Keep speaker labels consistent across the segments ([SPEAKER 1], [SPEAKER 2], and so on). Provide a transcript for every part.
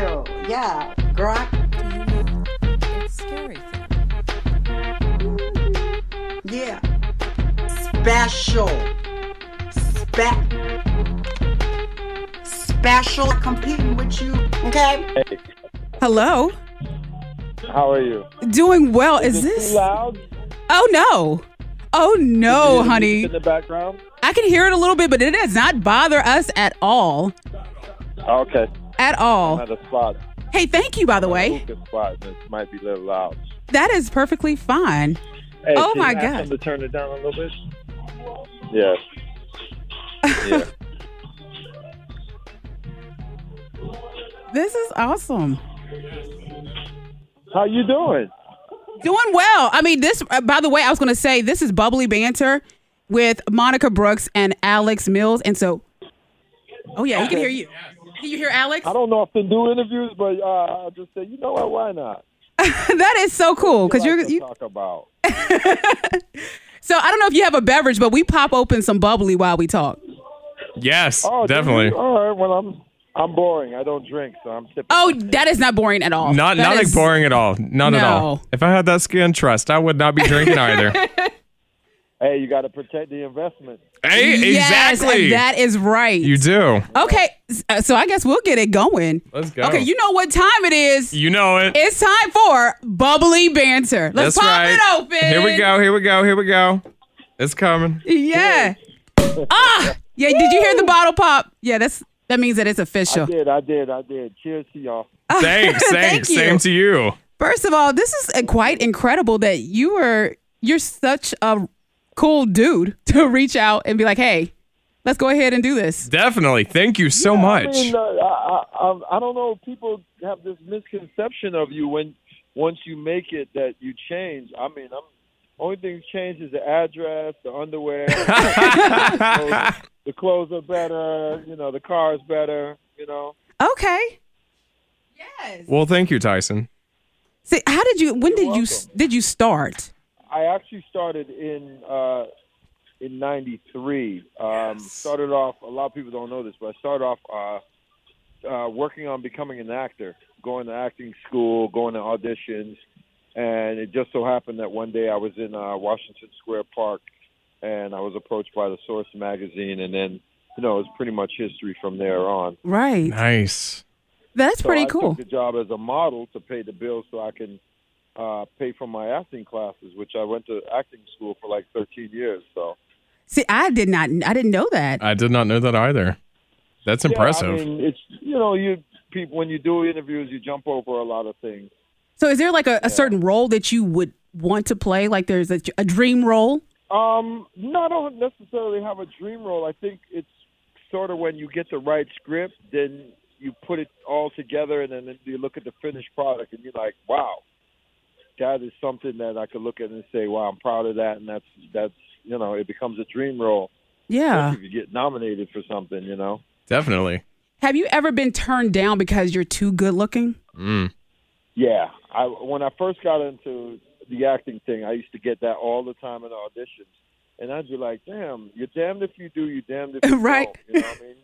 [SPEAKER 1] Yeah, grok.
[SPEAKER 2] Do you know that scary thing?
[SPEAKER 1] Yeah. Special. Spe- special competing with you. Okay?
[SPEAKER 3] Hey,
[SPEAKER 4] Hello?
[SPEAKER 3] how are you?
[SPEAKER 4] Doing well. Is
[SPEAKER 3] it
[SPEAKER 4] this?
[SPEAKER 3] too loud?
[SPEAKER 4] Oh, no. Oh,
[SPEAKER 3] Hear
[SPEAKER 4] no,
[SPEAKER 3] the music
[SPEAKER 4] honey.
[SPEAKER 3] In the background.
[SPEAKER 4] I can hear it a little bit, but it does not bother us at all.
[SPEAKER 3] Okay,
[SPEAKER 4] At all.
[SPEAKER 3] another spot.
[SPEAKER 4] Hey, thank you, by the way.
[SPEAKER 3] Good spot. This might be a little loud.
[SPEAKER 4] That is perfectly fine.
[SPEAKER 3] Hey,
[SPEAKER 4] Oh,
[SPEAKER 3] can
[SPEAKER 4] my
[SPEAKER 3] you ask
[SPEAKER 4] God.
[SPEAKER 3] them to turn it down a little bit. Yeah. yeah.
[SPEAKER 4] This is awesome.
[SPEAKER 3] How you doing?
[SPEAKER 4] Doing well. I mean, this, uh, by the way, I was going to say this is bubbly banter with Monica Brooks and Alex Mills. And so, oh, yeah, he can hear you. Can you hear Alex?
[SPEAKER 3] I don't often do interviews, but uh, I just say, you know what? Why not?
[SPEAKER 4] that is so cool because
[SPEAKER 3] Like
[SPEAKER 4] you're,
[SPEAKER 3] to
[SPEAKER 4] you,
[SPEAKER 3] talk about.
[SPEAKER 4] so I don't know if you have a beverage, but we pop open some bubbly while we talk.
[SPEAKER 5] Yes,
[SPEAKER 3] Oh, do you?
[SPEAKER 5] definitely.
[SPEAKER 3] All right. Well, I'm I'm boring. I don't drink, so I'm tipping.
[SPEAKER 4] Oh, that is not boring at all.
[SPEAKER 5] Not
[SPEAKER 4] That
[SPEAKER 5] not
[SPEAKER 4] is-
[SPEAKER 5] boring at all. Not at
[SPEAKER 4] No.
[SPEAKER 5] all. If I had that skin, trust I would not be drinking either.
[SPEAKER 3] Hey, you got to protect the investment.
[SPEAKER 5] hey,
[SPEAKER 4] Yes,
[SPEAKER 5] Eh, exactly.
[SPEAKER 4] That is right.
[SPEAKER 5] you do.
[SPEAKER 4] okay, s- uh, so I guess we'll get it going.
[SPEAKER 5] Let's go.
[SPEAKER 4] Okay, you know what time it is.
[SPEAKER 5] You know it.
[SPEAKER 4] it's time for bubbly banter. Let's
[SPEAKER 5] That's
[SPEAKER 4] pop
[SPEAKER 5] right.
[SPEAKER 4] it open.
[SPEAKER 5] Here we go. Here we go. Here we go. It's coming.
[SPEAKER 4] Yeah. ah, yeah. Did you hear the bottle pop? Yeah, that's that means that it's
[SPEAKER 3] I
[SPEAKER 4] official.
[SPEAKER 3] did. I did. I did. Cheers to y'all.
[SPEAKER 5] Thanks.
[SPEAKER 4] Thank
[SPEAKER 5] Thanks.
[SPEAKER 4] you.
[SPEAKER 5] Same to you.
[SPEAKER 4] First of all, this is uh, quite incredible that you were you're such a cool dude to reach out and be like, hey, let's go ahead and do this.
[SPEAKER 5] Definitely. Thank you so
[SPEAKER 3] I,
[SPEAKER 5] much.
[SPEAKER 3] mean, uh, I, I, I- I don't know. People have this misconception of you when once you make it that you change. I mean, I'm only thing that changed is the address, the underwear, the, clothes, the clothes are better. You know, the car is better. You know,
[SPEAKER 4] Okay.
[SPEAKER 5] well, thank you, Tyson.
[SPEAKER 4] See, how did you? When did you s- did you start?
[SPEAKER 3] I actually started in uh, in '93. Um,
[SPEAKER 5] Yes.
[SPEAKER 3] Started off. A lot of people don't know this, but I started off uh, uh, working on becoming an actor, going to acting school, going to auditions, and it just so happened that one day I was in uh, Washington Square Park, and I was approached by the Source magazine, and then you know it was pretty much history from there on.
[SPEAKER 4] Right.
[SPEAKER 5] Nice.
[SPEAKER 4] That's
[SPEAKER 3] So
[SPEAKER 4] pretty
[SPEAKER 3] I
[SPEAKER 4] cool.
[SPEAKER 3] Took the job as a model to pay the bills so I can uh, pay for my acting classes, which I went to acting school for like 13 years. So
[SPEAKER 4] See, I did not. I didn't know that.
[SPEAKER 5] I did not know that either. That's impressive.
[SPEAKER 3] Yeah, I mean, it's you know you people when you do interviews you jump over a lot of things.
[SPEAKER 4] So, is there like a, a certain role that you would want to play? Like, there's a, a dream role.
[SPEAKER 3] Um, no, I don't necessarily have a dream role. I think it's sort of when you get the right script, then you put it all together, and then you look at the finished product, and you're like, wow, that is something that I could look at and say, wow, I'm proud of that, and that's that's you know, it becomes a dream role.
[SPEAKER 4] Yeah.
[SPEAKER 3] If you get nominated for something, you know.
[SPEAKER 5] Definitely.
[SPEAKER 4] Have you ever been turned down because you're too good looking?
[SPEAKER 5] Mm.
[SPEAKER 3] Yeah, I when I first got into the acting thing, I used to get that all the time in auditions, and I'd be like, "Damn, you're damned if you do, you're damned if you
[SPEAKER 4] Right.
[SPEAKER 3] don't." You know what I mean?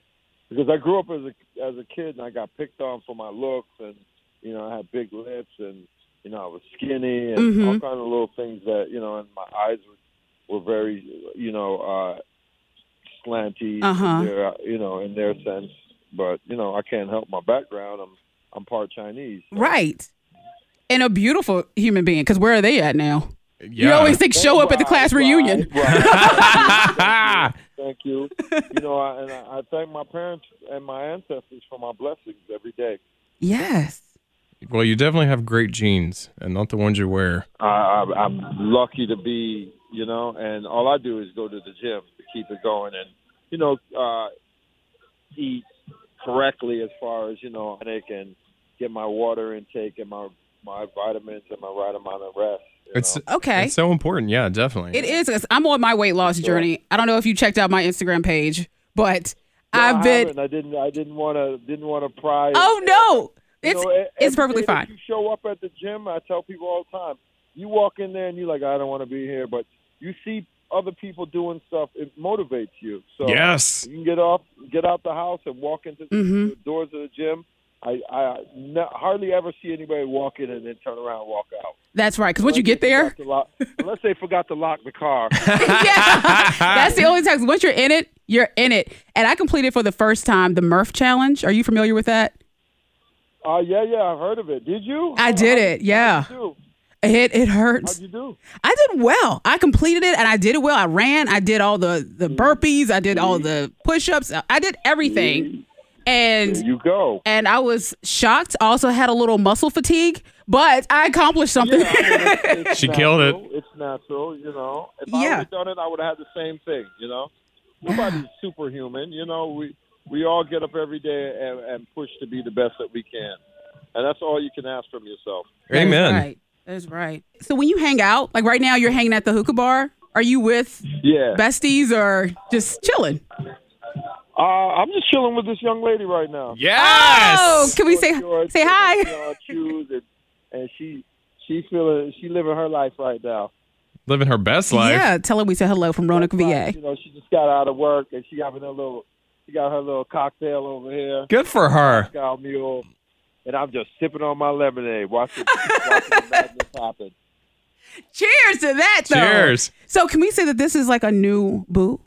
[SPEAKER 3] Because I grew up as a as a kid, and I got picked on for my looks, and you know, I had big lips, and you know, I was skinny, and
[SPEAKER 4] Mhm.
[SPEAKER 3] all kind of little things that you know, and my eyes were, were very, you know, uh slanty, in
[SPEAKER 4] Uh-huh.
[SPEAKER 3] their- you know, in their sense. But you know, I can't help my background. I'm I'm part Chinese. so-
[SPEAKER 4] Right. And a beautiful human being. Because where are they at now?
[SPEAKER 5] Yeah.
[SPEAKER 4] You always think show up at the
[SPEAKER 3] Right,
[SPEAKER 4] class
[SPEAKER 3] right,
[SPEAKER 4] reunion.
[SPEAKER 3] right. Thank you. Thank you. You know, I, and I, I thank my parents and my ancestors for my blessings every day.
[SPEAKER 4] Yes.
[SPEAKER 5] well, you definitely have great genes and not the ones you wear.
[SPEAKER 3] I, I, I'm lucky to be, you know, and all I do is go to the gym to keep it going and, you know, uh, eat correctly as far as, you know, I can get my water intake and my, my vitamins and my right amount of rest. you
[SPEAKER 5] It's
[SPEAKER 3] know.
[SPEAKER 4] Okay.
[SPEAKER 5] It's so important. Yeah, definitely.
[SPEAKER 4] It is. 'cause I'm on my weight loss journey. I don't know if you checked out my Instagram page, but
[SPEAKER 3] No, I
[SPEAKER 4] I've been.
[SPEAKER 3] haven't. I didn't. I didn't want to. Didn't want to pry.
[SPEAKER 4] Oh, no.
[SPEAKER 3] You
[SPEAKER 4] It's,
[SPEAKER 3] know, e-
[SPEAKER 4] it's
[SPEAKER 3] every
[SPEAKER 4] perfectly
[SPEAKER 3] day that
[SPEAKER 4] fine.
[SPEAKER 3] You show up at the gym. I tell people all the time. You walk in there and you're like, I don't want to be here, but you see other people doing stuff. It motivates you. So
[SPEAKER 5] Yes.
[SPEAKER 3] you can get off, get out the house, and walk into the
[SPEAKER 4] Mhm.
[SPEAKER 3] the doors of the gym, I, I no, hardly ever see anybody walk in and then turn around and walk out.
[SPEAKER 4] That's right. Because once you get there,
[SPEAKER 3] Forgot to lock- unless they forgot to lock the car.
[SPEAKER 4] yeah, that's the only time. Once you're in it, you're in it. And I completed for the first time the Murph challenge. Are you familiar with that?
[SPEAKER 3] Uh, yeah, yeah, I've heard of it. Did you?
[SPEAKER 4] I did it, yeah.
[SPEAKER 3] How'd you do?
[SPEAKER 4] It it hurts.
[SPEAKER 3] How'd you do?
[SPEAKER 4] I did well. I completed it and I did it well. I ran. I did all the the
[SPEAKER 3] Mm-hmm.
[SPEAKER 4] burpees. I did all the push ups. I did everything,
[SPEAKER 3] There
[SPEAKER 4] and
[SPEAKER 3] you go.
[SPEAKER 4] and I was shocked. I also had a little muscle fatigue, but I accomplished something.
[SPEAKER 3] Yeah, I mean, it's- it's
[SPEAKER 5] She killed it.
[SPEAKER 3] natural. It's natural, you know. If I
[SPEAKER 4] Yeah.
[SPEAKER 3] would have done it, I would have had the same thing, you know. Nobody's superhuman, you know. We we all get up every day and, and push to be the best that we can, and that's all you can ask from yourself.
[SPEAKER 5] Amen.
[SPEAKER 4] That's right. That's right. So when you hang out, like right now, you're hanging at the hookah bar. Are you with
[SPEAKER 3] Yeah.
[SPEAKER 4] besties or just chilling?
[SPEAKER 3] Uh, I'm just chilling with this young lady right now.
[SPEAKER 5] Yes.
[SPEAKER 4] Oh, can we say
[SPEAKER 3] George,
[SPEAKER 4] say
[SPEAKER 3] with her
[SPEAKER 4] hi?
[SPEAKER 3] PR shoes and, and she she feeling she living her life right now.
[SPEAKER 5] Living her best life.
[SPEAKER 4] Yeah, tell her we said hello from Roanoke, VA.
[SPEAKER 3] You know, she just got out of work and she having her little she got her little cocktail over here.
[SPEAKER 5] Good for her.
[SPEAKER 3] Moscow Mule, and I'm just sipping on my lemonade, watching, watching the madness happen.
[SPEAKER 4] Cheers to that, though.
[SPEAKER 5] Cheers.
[SPEAKER 4] So can we say that this is like a new boo?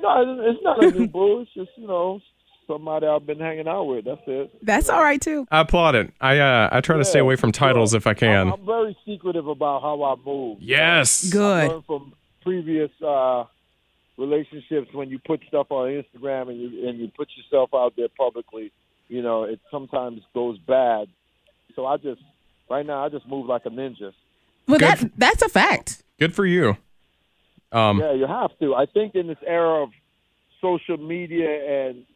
[SPEAKER 3] No, it- it's not a new boo. It's just you know somebody I've been hanging out with. That's it.
[SPEAKER 4] That's all right too.
[SPEAKER 5] I applaud it. I uh, I try to stay away from titles if I
[SPEAKER 3] I'm,
[SPEAKER 5] can.
[SPEAKER 3] I'm very secretive about how I move.
[SPEAKER 5] Yes.
[SPEAKER 3] I
[SPEAKER 4] Good.
[SPEAKER 3] learned from previous uh, relationships when you put stuff on Instagram and you and you put yourself out there publicly. You know, it sometimes goes bad. So I just right now I just move like a ninja.
[SPEAKER 4] Well,
[SPEAKER 5] Good
[SPEAKER 4] that
[SPEAKER 5] for-
[SPEAKER 4] that's a fact.
[SPEAKER 5] Good for you. Um,
[SPEAKER 3] Yeah, you have to. I think in this era of social media and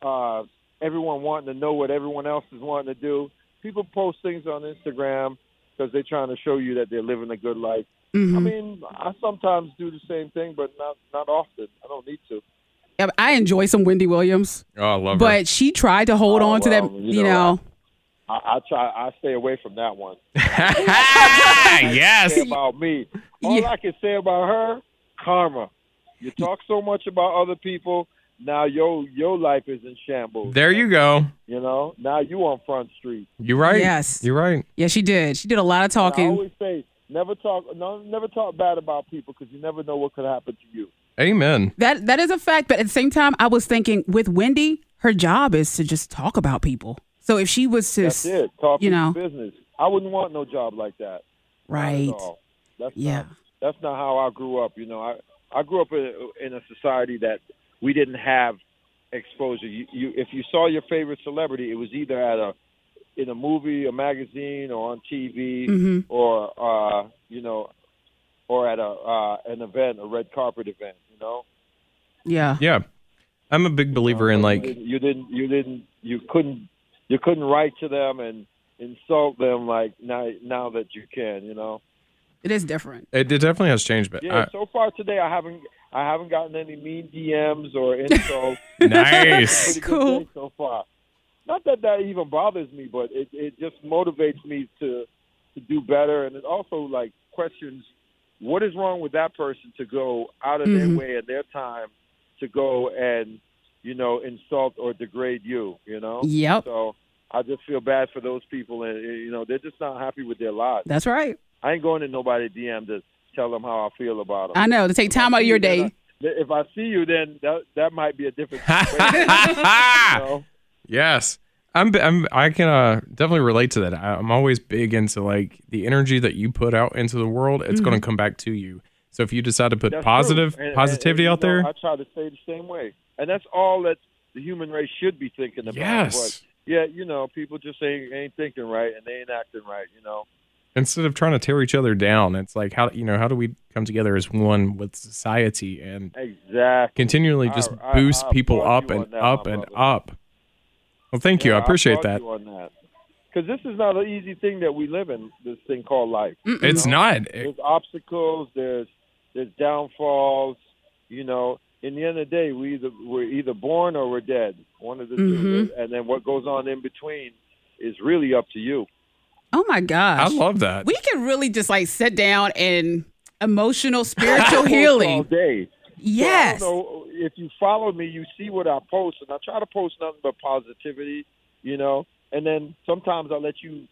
[SPEAKER 3] uh, everyone wanting to know what everyone else is wanting to do, people post things on Instagram because they're trying to show you that they're living a good life.
[SPEAKER 5] Mm-hmm.
[SPEAKER 3] I mean, I sometimes do the same thing, but not not often. I don't need to.
[SPEAKER 4] Yeah, I enjoy some Wendy Williams,
[SPEAKER 5] Oh, I love her.
[SPEAKER 4] but she tried to hold
[SPEAKER 3] Oh,
[SPEAKER 4] on to that.
[SPEAKER 3] well, you
[SPEAKER 4] You
[SPEAKER 3] know,
[SPEAKER 4] know,
[SPEAKER 3] I, I try. I stay away from that one.
[SPEAKER 5] yes.
[SPEAKER 3] Say about me. All
[SPEAKER 4] Yeah.
[SPEAKER 3] I can say about her, karma. You talk so much about other people. Now your your life is in shambles.
[SPEAKER 5] There you go.
[SPEAKER 3] You know. Now you on Front Street.
[SPEAKER 5] You're right.
[SPEAKER 4] Yes.
[SPEAKER 5] You're right.
[SPEAKER 4] yeah, she did. She did a lot of
[SPEAKER 3] I
[SPEAKER 4] talking.
[SPEAKER 3] always say never talk, no, never talk bad about people because you never know what could happen to you.
[SPEAKER 5] Amen.
[SPEAKER 4] That that is a fact. But at the same time, I was thinking with Wendy, her job is to just talk about people. So if she was to,
[SPEAKER 3] That's it. Talk
[SPEAKER 4] you know,
[SPEAKER 3] business. I wouldn't want no job like that. Not at
[SPEAKER 4] right?
[SPEAKER 3] all. That's
[SPEAKER 4] Yeah.
[SPEAKER 3] Not, that's not how I grew up. You know, I I grew up in, in a society that we didn't have exposure. You, you if you saw your favorite celebrity, it was either at a in a movie, a magazine, or on TV,
[SPEAKER 4] Mhm.
[SPEAKER 3] or uh, you know, or at a uh, an event, a red carpet event. You know.
[SPEAKER 4] Yeah.
[SPEAKER 5] Yeah. I'm a big believer in like
[SPEAKER 3] you didn't you didn't you couldn't you couldn't write to them and insult them like now now that you can you know
[SPEAKER 4] it is different.
[SPEAKER 5] it, it definitely has changed, but
[SPEAKER 3] yeah
[SPEAKER 5] Uh, I-
[SPEAKER 3] so far today i haven't i haven't gotten any mean dms or insults
[SPEAKER 5] nice.
[SPEAKER 3] Pretty good
[SPEAKER 4] Cool.
[SPEAKER 3] day so far not that that even bothers me but it it just motivates me to to do better and it also like questions what is wrong with that person to go out of
[SPEAKER 4] Mhm.
[SPEAKER 3] their way and their time to go and you know insult or degrade you you know
[SPEAKER 4] Yep.
[SPEAKER 3] so I just feel bad for those people, and you know they're just not happy with their lives.
[SPEAKER 4] That's right.
[SPEAKER 3] I ain't going to nobody DM to tell them how I feel about them.
[SPEAKER 4] I know to take time out of your day.
[SPEAKER 3] If I see you, then that that might be a different situation. you
[SPEAKER 5] yes.
[SPEAKER 3] know?
[SPEAKER 5] I'm, I'm I can uh, definitely relate to that. I, I'm always big into like the energy that you put out into the world, it's going to come back to you. So if you decide to put
[SPEAKER 3] Mm-hmm. That's
[SPEAKER 5] positive
[SPEAKER 3] true. And- and-
[SPEAKER 5] positivity
[SPEAKER 3] and, you
[SPEAKER 5] out
[SPEAKER 3] know,
[SPEAKER 5] there,
[SPEAKER 3] I try to stay the same way, and that's all that the human race should be thinking about.
[SPEAKER 5] Yes.
[SPEAKER 3] But yeah, you know, people just ain't ain't thinking right, and they ain't acting right. You know.
[SPEAKER 5] instead of trying to tear each other down, it's like how you know how do we come together as one with society and
[SPEAKER 3] Exactly.
[SPEAKER 5] continually just
[SPEAKER 3] I- I-
[SPEAKER 5] boost
[SPEAKER 3] I
[SPEAKER 5] people
[SPEAKER 3] applaud
[SPEAKER 5] up
[SPEAKER 3] you
[SPEAKER 5] and
[SPEAKER 3] on that,
[SPEAKER 5] up
[SPEAKER 3] my
[SPEAKER 5] and
[SPEAKER 3] brother.
[SPEAKER 5] up. Well, thank you. I appreciate that.
[SPEAKER 3] Because this is not an easy thing that we live in. This thing called life.
[SPEAKER 5] It's not.
[SPEAKER 3] There's obstacles. There's there's downfalls. You know, in the end of the day, we either we're either born or we're dead. One of the two. And then what goes on in between is really up to you.
[SPEAKER 4] Oh my
[SPEAKER 5] I
[SPEAKER 4] gosh.
[SPEAKER 5] love that.
[SPEAKER 4] we can really just like sit down and emotional spiritual healing.
[SPEAKER 3] All day. So
[SPEAKER 4] Yes.
[SPEAKER 3] I don't know if you follow me, you see what I post, and I try to post nothing but positivity, you know. And then sometimes I let you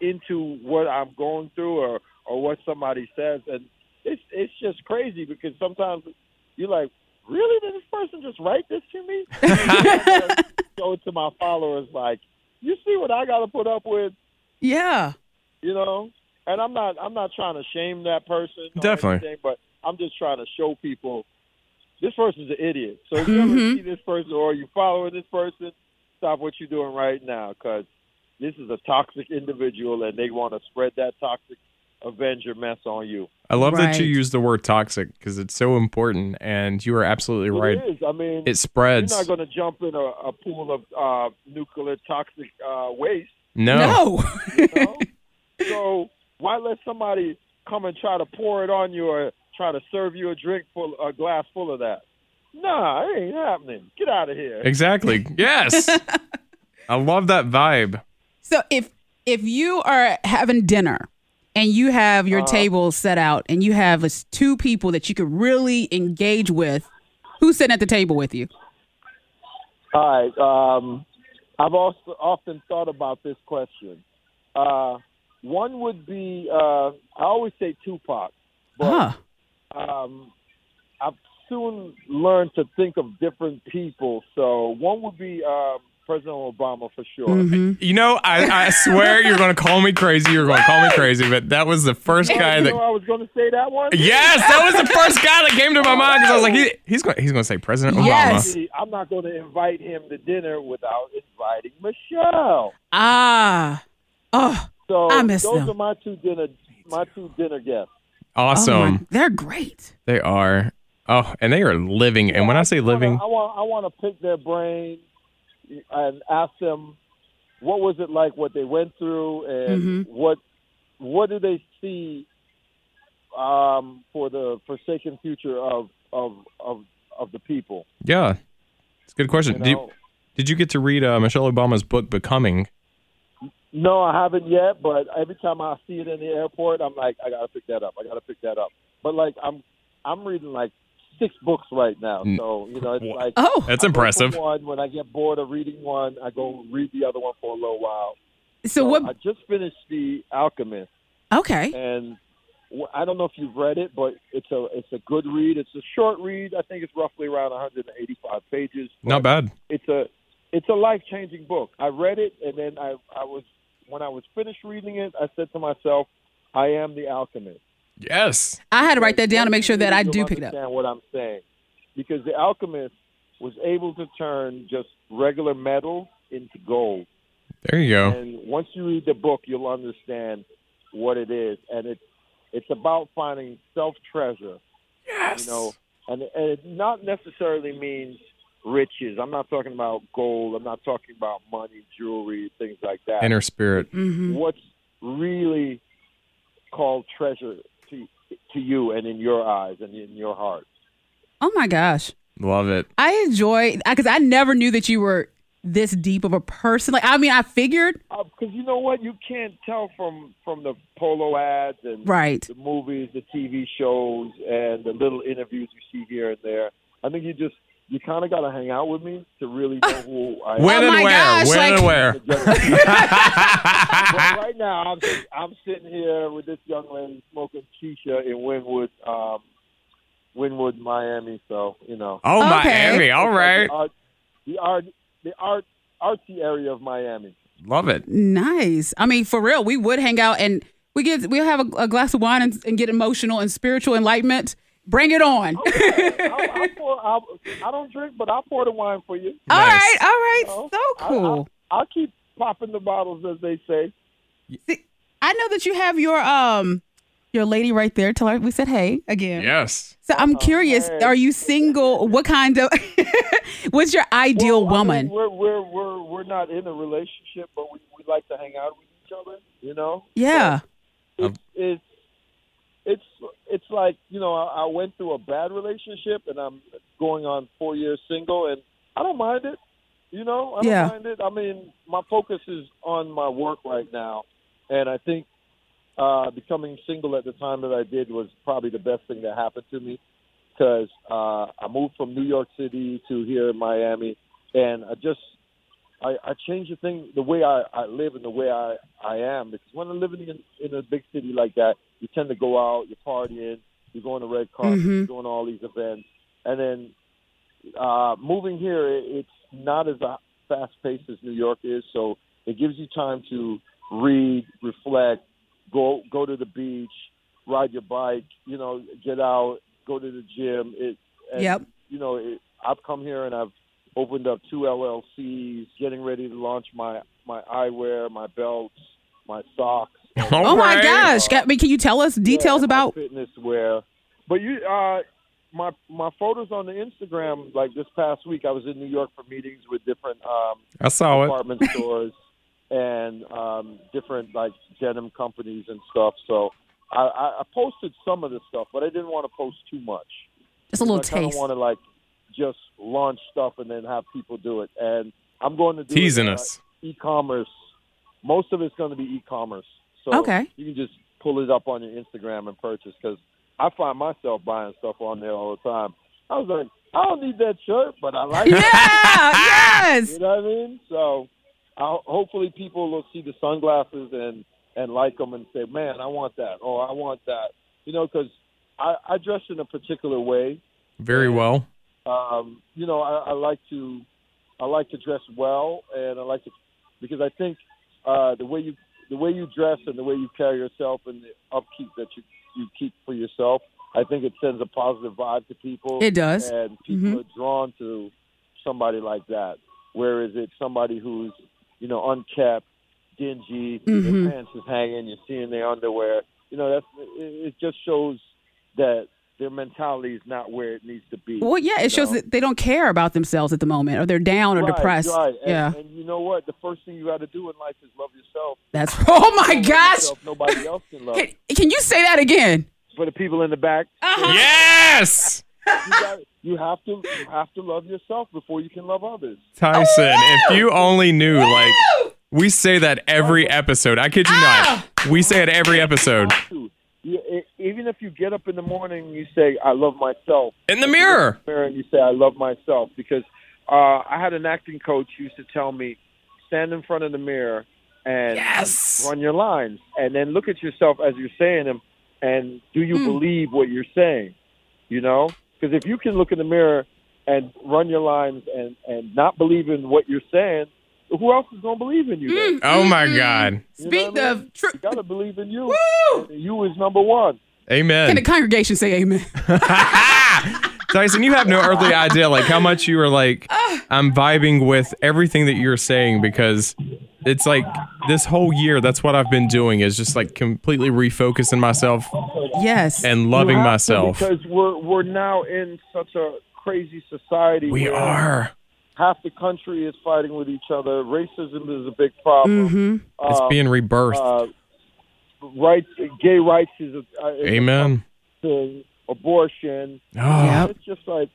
[SPEAKER 3] into what I'm going through or or what somebody says, and it's it's just crazy because sometimes you're like, really, did this person just write this to me? Go to my followers like, you see what I got to put up with,
[SPEAKER 4] Yeah.
[SPEAKER 3] you know. And I'm not I'm not trying to shame that person, or
[SPEAKER 5] Definitely.
[SPEAKER 3] anything, but I'm just trying to show people this person's an idiot. So if you ever see this person or you follow this person, stop what you're doing right now because this is a toxic individual and they want to spread that toxic Avenger mess on you.
[SPEAKER 5] I love that you
[SPEAKER 4] Right.
[SPEAKER 5] use the word toxic because it's so important, and you are absolutely right.
[SPEAKER 3] It is. I mean,
[SPEAKER 5] It
[SPEAKER 3] you're
[SPEAKER 5] spreads.
[SPEAKER 3] not going to jump in a, a pool of uh, nuclear toxic uh, waste.
[SPEAKER 5] no.
[SPEAKER 4] No.
[SPEAKER 3] You know? so why let somebody come and try to pour it on you or try to serve you a drink full, a glass full of that? Nah, it ain't happening. Get out of here.
[SPEAKER 5] Exactly. Yes. I love that vibe.
[SPEAKER 4] so if if you are having dinner and you have your table set out and you have us two people that you could really engage with, who's sitting at the table with you?
[SPEAKER 3] All right. Um, I've also often thought about this question. Uh, one would be uh, I always say Tupac, but
[SPEAKER 4] Huh.
[SPEAKER 3] um, I've soon learned to think of different people. So one would be um, President Obama for sure.
[SPEAKER 4] Mm-hmm.
[SPEAKER 5] You know, I, I swear you're going to call me crazy. You're going to call me crazy, but that was the first guy
[SPEAKER 3] You
[SPEAKER 5] that.
[SPEAKER 3] know, I was going to say that one.
[SPEAKER 5] Yes, that was the first guy that came to my mind because I was like, he, he's going he's going to say President Obama.
[SPEAKER 4] Yes.
[SPEAKER 3] See, I'm not going to invite him to dinner without inviting Michelle.
[SPEAKER 4] Ah. Oh.
[SPEAKER 3] So
[SPEAKER 4] I miss
[SPEAKER 3] those
[SPEAKER 4] them.
[SPEAKER 3] are my two dinner my two dinner guests.
[SPEAKER 4] oh
[SPEAKER 5] Awesome.
[SPEAKER 4] my- they're great.
[SPEAKER 5] They are. Oh, and they are living. And when I say living,
[SPEAKER 3] I want I want to pick their brain and ask them what was it like, what they went through, and
[SPEAKER 4] Mm-hmm.
[SPEAKER 3] what what do they see um, for the forsaken future of of of, of the people.
[SPEAKER 5] yeah, it's a good question.
[SPEAKER 3] You
[SPEAKER 5] Do you-
[SPEAKER 3] know?
[SPEAKER 5] did you get to read uh, Michelle Obama's book, Becoming?
[SPEAKER 3] No, I haven't yet, but every time I see it in the airport, I'm like, I gotta pick that up. I gotta pick that up. But like, I'm I'm reading like six books right now, so you know, it's
[SPEAKER 5] Mm. Wha-
[SPEAKER 3] like
[SPEAKER 4] Oh.
[SPEAKER 5] That's
[SPEAKER 3] I go for
[SPEAKER 5] impressive.
[SPEAKER 3] One when I get bored of reading one, I go read the other one for a little while.
[SPEAKER 4] So what
[SPEAKER 3] I just finished The Alchemist,
[SPEAKER 4] Okay.
[SPEAKER 3] and wh- I don't know if you've read it, but it's a it's a good read. It's a short read. I think it's roughly around 185 pages.
[SPEAKER 5] Not bad.
[SPEAKER 3] It's a it's a life changing book. I read it, and then I I was when I was finished reading it, I said to myself, I am the alchemist.
[SPEAKER 5] Yes.
[SPEAKER 4] I had to write that down to make sure that I
[SPEAKER 3] You'll
[SPEAKER 4] do pick it up.
[SPEAKER 3] Understand what I'm saying, because the alchemist was able to turn just regular metal into gold.
[SPEAKER 5] There you go.
[SPEAKER 3] And once you read the book, you'll understand what it is, and it's it's about finding self treasure. Yes. You know, and, and it not necessarily means riches. I'm not talking about gold. I'm not talking about money, jewelry, things like that. Mm-hmm.
[SPEAKER 5] Inner spirit.
[SPEAKER 4] Mm-hmm.
[SPEAKER 3] What's really called treasure to to you and in your eyes and in your heart.
[SPEAKER 4] Oh my gosh.
[SPEAKER 5] Love it.
[SPEAKER 4] I enjoy because I never knew that you were this deep of a person. Like I mean, I figured
[SPEAKER 3] Because Uh, you know what, you can't tell from from the polo ads and
[SPEAKER 4] right.
[SPEAKER 3] the movies, the TV shows, and the little interviews you see here and there. I think you just you kind of got to hang out with me to really know who I am.
[SPEAKER 5] When
[SPEAKER 4] Oh
[SPEAKER 5] and
[SPEAKER 4] my
[SPEAKER 5] where?
[SPEAKER 4] gosh,
[SPEAKER 5] when
[SPEAKER 4] like-
[SPEAKER 5] and where?
[SPEAKER 3] But right now, I'm I'm sitting here with this young lady smoking shisha in Wynwood, um, Wynwood, Miami. So you know,
[SPEAKER 5] Oh,
[SPEAKER 4] Okay.
[SPEAKER 5] Miami. All right.
[SPEAKER 3] the art, the art, the art, artsy area of Miami.
[SPEAKER 5] Love it.
[SPEAKER 4] Nice. I mean, for real, we would hang out and we get we'll have a, a glass of wine and, and get emotional and spiritual enlightenment. Bring it on.
[SPEAKER 3] Oh,
[SPEAKER 4] All
[SPEAKER 3] I, I, pour, I, I don't drink, but I'll pour the wine for you.
[SPEAKER 5] Nice.
[SPEAKER 4] right, all right.
[SPEAKER 3] know?
[SPEAKER 4] So cool.
[SPEAKER 3] Oh, I, I, I'll keep popping the bottles, as they say.
[SPEAKER 4] See, I know that you have your um your lady right there. Tell her we said hey again.
[SPEAKER 5] Yes.
[SPEAKER 4] So
[SPEAKER 3] Oh,
[SPEAKER 4] I'm curious, are you single? What kind of what's your ideal
[SPEAKER 3] Well, I
[SPEAKER 4] woman?
[SPEAKER 3] mean, we're we're we're we're not in a relationship, but we, we like to hang out with each other. You know,
[SPEAKER 4] yeah.
[SPEAKER 3] it's it's it's like you know I, I went through a bad relationship, and I'm going on four years single, and I don't mind it. You know, I don't
[SPEAKER 4] Yeah.
[SPEAKER 3] mind it. I mean, my focus is on my work right now, and I think uh, becoming single at the time that I did was probably the best thing that happened to me. because uh, I moved from New York City to here in Miami, and I just I, I changed the thing the way I, I live and the way I, I am because when I'm living in, in a big city like that, you tend to go out, you're partying, you're going to red carpet, you're doing all these events, and then uh, moving here, it, it's not as uh, fast paced as New York is, so it gives you time to read, reflect, go go to the beach, ride your bike, you know, get out, go to the gym. It, and,
[SPEAKER 4] Yep.
[SPEAKER 3] You know, it, I've come here and I've opened up two LLCs, getting ready to launch my my eyewear, my belts, my socks.
[SPEAKER 4] Oh my gosh! Ca- I mean, can you tell us details
[SPEAKER 3] Yeah,
[SPEAKER 4] about?
[SPEAKER 3] my fitness wear. But you, uh, my my photos on the Instagram. Like this past week, I was in New York for meetings with different um,
[SPEAKER 5] I saw it.
[SPEAKER 3] department stores and um, different like denim companies and stuff. So I, I, I posted some of this stuff, but I didn't want to post too much.
[SPEAKER 6] Just a little
[SPEAKER 3] I kind of
[SPEAKER 6] taste.
[SPEAKER 3] want to like just launch stuff and then have people do it. And I'm going to do
[SPEAKER 5] Teasing
[SPEAKER 3] it, uh,
[SPEAKER 5] us.
[SPEAKER 3] e-commerce. Most of it's going to be e-commerce. So
[SPEAKER 4] Okay.
[SPEAKER 3] you can just pull it up on your Instagram and purchase because I find myself buying stuff on there all the time. I was like, I don't need that shirt, but I like
[SPEAKER 4] Yeah,
[SPEAKER 3] it.
[SPEAKER 4] yes.
[SPEAKER 3] You know what I mean? So I'll, hopefully people will see the sunglasses and and like them and say, "Man, I want that," or "I want that." You know, because I, I dress in a particular way.
[SPEAKER 5] Very well.
[SPEAKER 3] Um, you know, I, I like to I like to dress well, and I like to because I think uh, the way you the way you dress and the way you carry yourself and the upkeep that you you keep for yourself, I think it sends a positive vibe to people.
[SPEAKER 4] It does.
[SPEAKER 3] and people
[SPEAKER 4] Mm-hmm.
[SPEAKER 3] are drawn to somebody like that. Whereas it's somebody who's you know unkept, dingy,
[SPEAKER 4] Mhm.
[SPEAKER 3] their pants is hanging, you're seeing their underwear. You know, that's it, it just shows that their mentality is not where it needs to be.
[SPEAKER 4] Well, yeah,
[SPEAKER 3] you
[SPEAKER 4] it shows
[SPEAKER 3] know?
[SPEAKER 4] that they don't care about themselves at the moment, or they're down or
[SPEAKER 3] Right,
[SPEAKER 4] depressed.
[SPEAKER 3] Right. And,
[SPEAKER 4] yeah,
[SPEAKER 3] And you know what? The first thing you got to do in life is love yourself.
[SPEAKER 4] that's. Oh my
[SPEAKER 3] Love
[SPEAKER 4] gosh!
[SPEAKER 3] yourself, nobody else can love.
[SPEAKER 4] Can, can you say that again?
[SPEAKER 3] For the people in the back,
[SPEAKER 5] Uh-huh. Yes,
[SPEAKER 3] you, got, you have to you have to love yourself before you can love others.
[SPEAKER 5] Tyson. If you only knew, like we say that every episode. I kid you
[SPEAKER 4] Ah!
[SPEAKER 5] not. We say it every episode
[SPEAKER 3] Too. You, e- even if you get up in the morning and you say, "I love myself,"
[SPEAKER 5] in the mirror.
[SPEAKER 3] mirror and you say, "I love myself," because uh, I had an acting coach who used to tell me, "Stand in front of the mirror and
[SPEAKER 5] Yes.
[SPEAKER 3] run your lines, and then look at yourself as you're saying them, and do you
[SPEAKER 5] Hmm.
[SPEAKER 3] believe what you're saying? You know, because if you can look in the mirror and run your lines and and not believe in what you're saying, who else is gonna believe in you? then?
[SPEAKER 5] Oh my God.
[SPEAKER 3] You know
[SPEAKER 4] Speak
[SPEAKER 3] what I mean?
[SPEAKER 4] the truth.
[SPEAKER 3] You gotta believe in you.
[SPEAKER 4] Woo!
[SPEAKER 3] You is number one.
[SPEAKER 4] Can the
[SPEAKER 5] Amen.
[SPEAKER 4] congregation say amen?
[SPEAKER 5] Tyson, you have no earthly idea like how much you are like I'm vibing with everything that you're saying because it's like this whole year that's what I've been doing is just like completely refocusing myself
[SPEAKER 4] Yes.
[SPEAKER 5] and loving
[SPEAKER 3] You have to,
[SPEAKER 5] myself.
[SPEAKER 3] because we're we're now in such a crazy society.
[SPEAKER 5] we
[SPEAKER 3] where
[SPEAKER 5] are.
[SPEAKER 3] half the country is fighting with each other. Racism is a big problem.
[SPEAKER 5] Mm-hmm.
[SPEAKER 4] Mm-hmm.
[SPEAKER 5] It's being rebirthed.
[SPEAKER 3] Uh, rights, gay rights is a, uh, is a
[SPEAKER 5] Amen.
[SPEAKER 3] thing. Abortion.
[SPEAKER 5] Oh,
[SPEAKER 4] Yep.
[SPEAKER 3] It's just like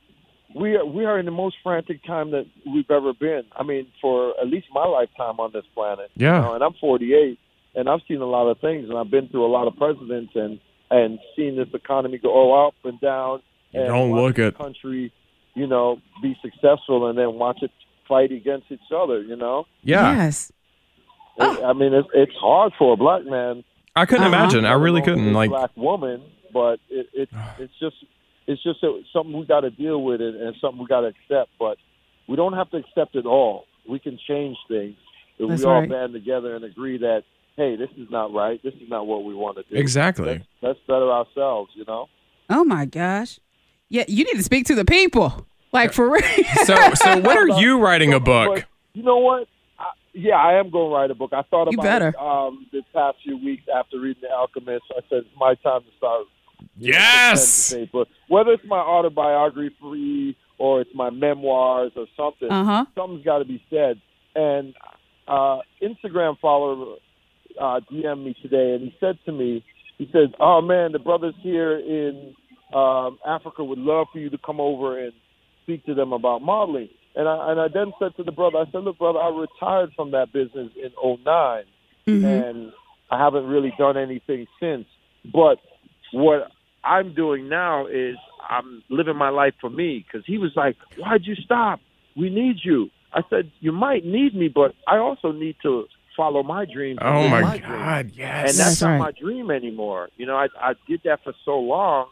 [SPEAKER 3] we are, we are in the most frantic time that we've ever been. I mean, for at least my lifetime on this planet. you
[SPEAKER 5] Yeah.
[SPEAKER 3] know, and I'm 48, and I've seen a lot of things, and I've been through a lot of presidents, and and seen this economy go up and down.
[SPEAKER 5] You
[SPEAKER 3] And
[SPEAKER 5] don't
[SPEAKER 3] watch
[SPEAKER 5] look
[SPEAKER 3] the
[SPEAKER 5] it.
[SPEAKER 3] Country, you know, be successful, and then watch it fight against each other. You know,
[SPEAKER 5] yeah.
[SPEAKER 4] Yes.
[SPEAKER 3] It- I mean, it's it's hard for a black man
[SPEAKER 5] I couldn't
[SPEAKER 4] Uh-huh.
[SPEAKER 5] imagine. I really
[SPEAKER 3] let alone
[SPEAKER 5] couldn't.
[SPEAKER 3] a
[SPEAKER 5] Like,
[SPEAKER 3] black woman, but it, it it's just it's just a, something we got to deal with it and something we got to accept. But we don't have to accept it all. We can change things if
[SPEAKER 4] That's
[SPEAKER 3] we all
[SPEAKER 4] right.
[SPEAKER 3] band together and agree that hey, this is not right. This is not what we want to do.
[SPEAKER 5] exactly.
[SPEAKER 3] Let's better ourselves. You know.
[SPEAKER 4] Oh my gosh. Yeah, you need to speak to the people. Like for real.
[SPEAKER 5] So, so what are you writing a book?
[SPEAKER 3] But you know what? I, yeah, I am going to write a book. I thought
[SPEAKER 4] You
[SPEAKER 3] about
[SPEAKER 4] better.
[SPEAKER 3] it um, this past few weeks after reading The Alchemist. I said it's my time to start
[SPEAKER 5] Yes.
[SPEAKER 3] pen to paper. Whether it's my autobiography or it's my memoirs or something,
[SPEAKER 4] Uh-huh.
[SPEAKER 3] something's got to be said. And uh, Instagram follower uh, DM'd me today, and he said to me, he says, "Oh man, the brothers here in um, Africa would love for you to come over and speak to them about modeling." And I and I then said to the brother, I said, "Look, brother, I retired from that business in '09
[SPEAKER 4] Mm-hmm.
[SPEAKER 3] and I haven't really done anything since. But what I'm doing now is I'm living my life for me. Because he was like, why'd you stop? We need you. I said, you might need me, but I also need to follow my dreams. and
[SPEAKER 5] Oh
[SPEAKER 3] live
[SPEAKER 5] my
[SPEAKER 3] dreams."
[SPEAKER 5] God.
[SPEAKER 3] and
[SPEAKER 5] Yes.
[SPEAKER 3] that's
[SPEAKER 4] That's
[SPEAKER 3] not
[SPEAKER 4] right.
[SPEAKER 3] my dream anymore. You know, I I did that for so long,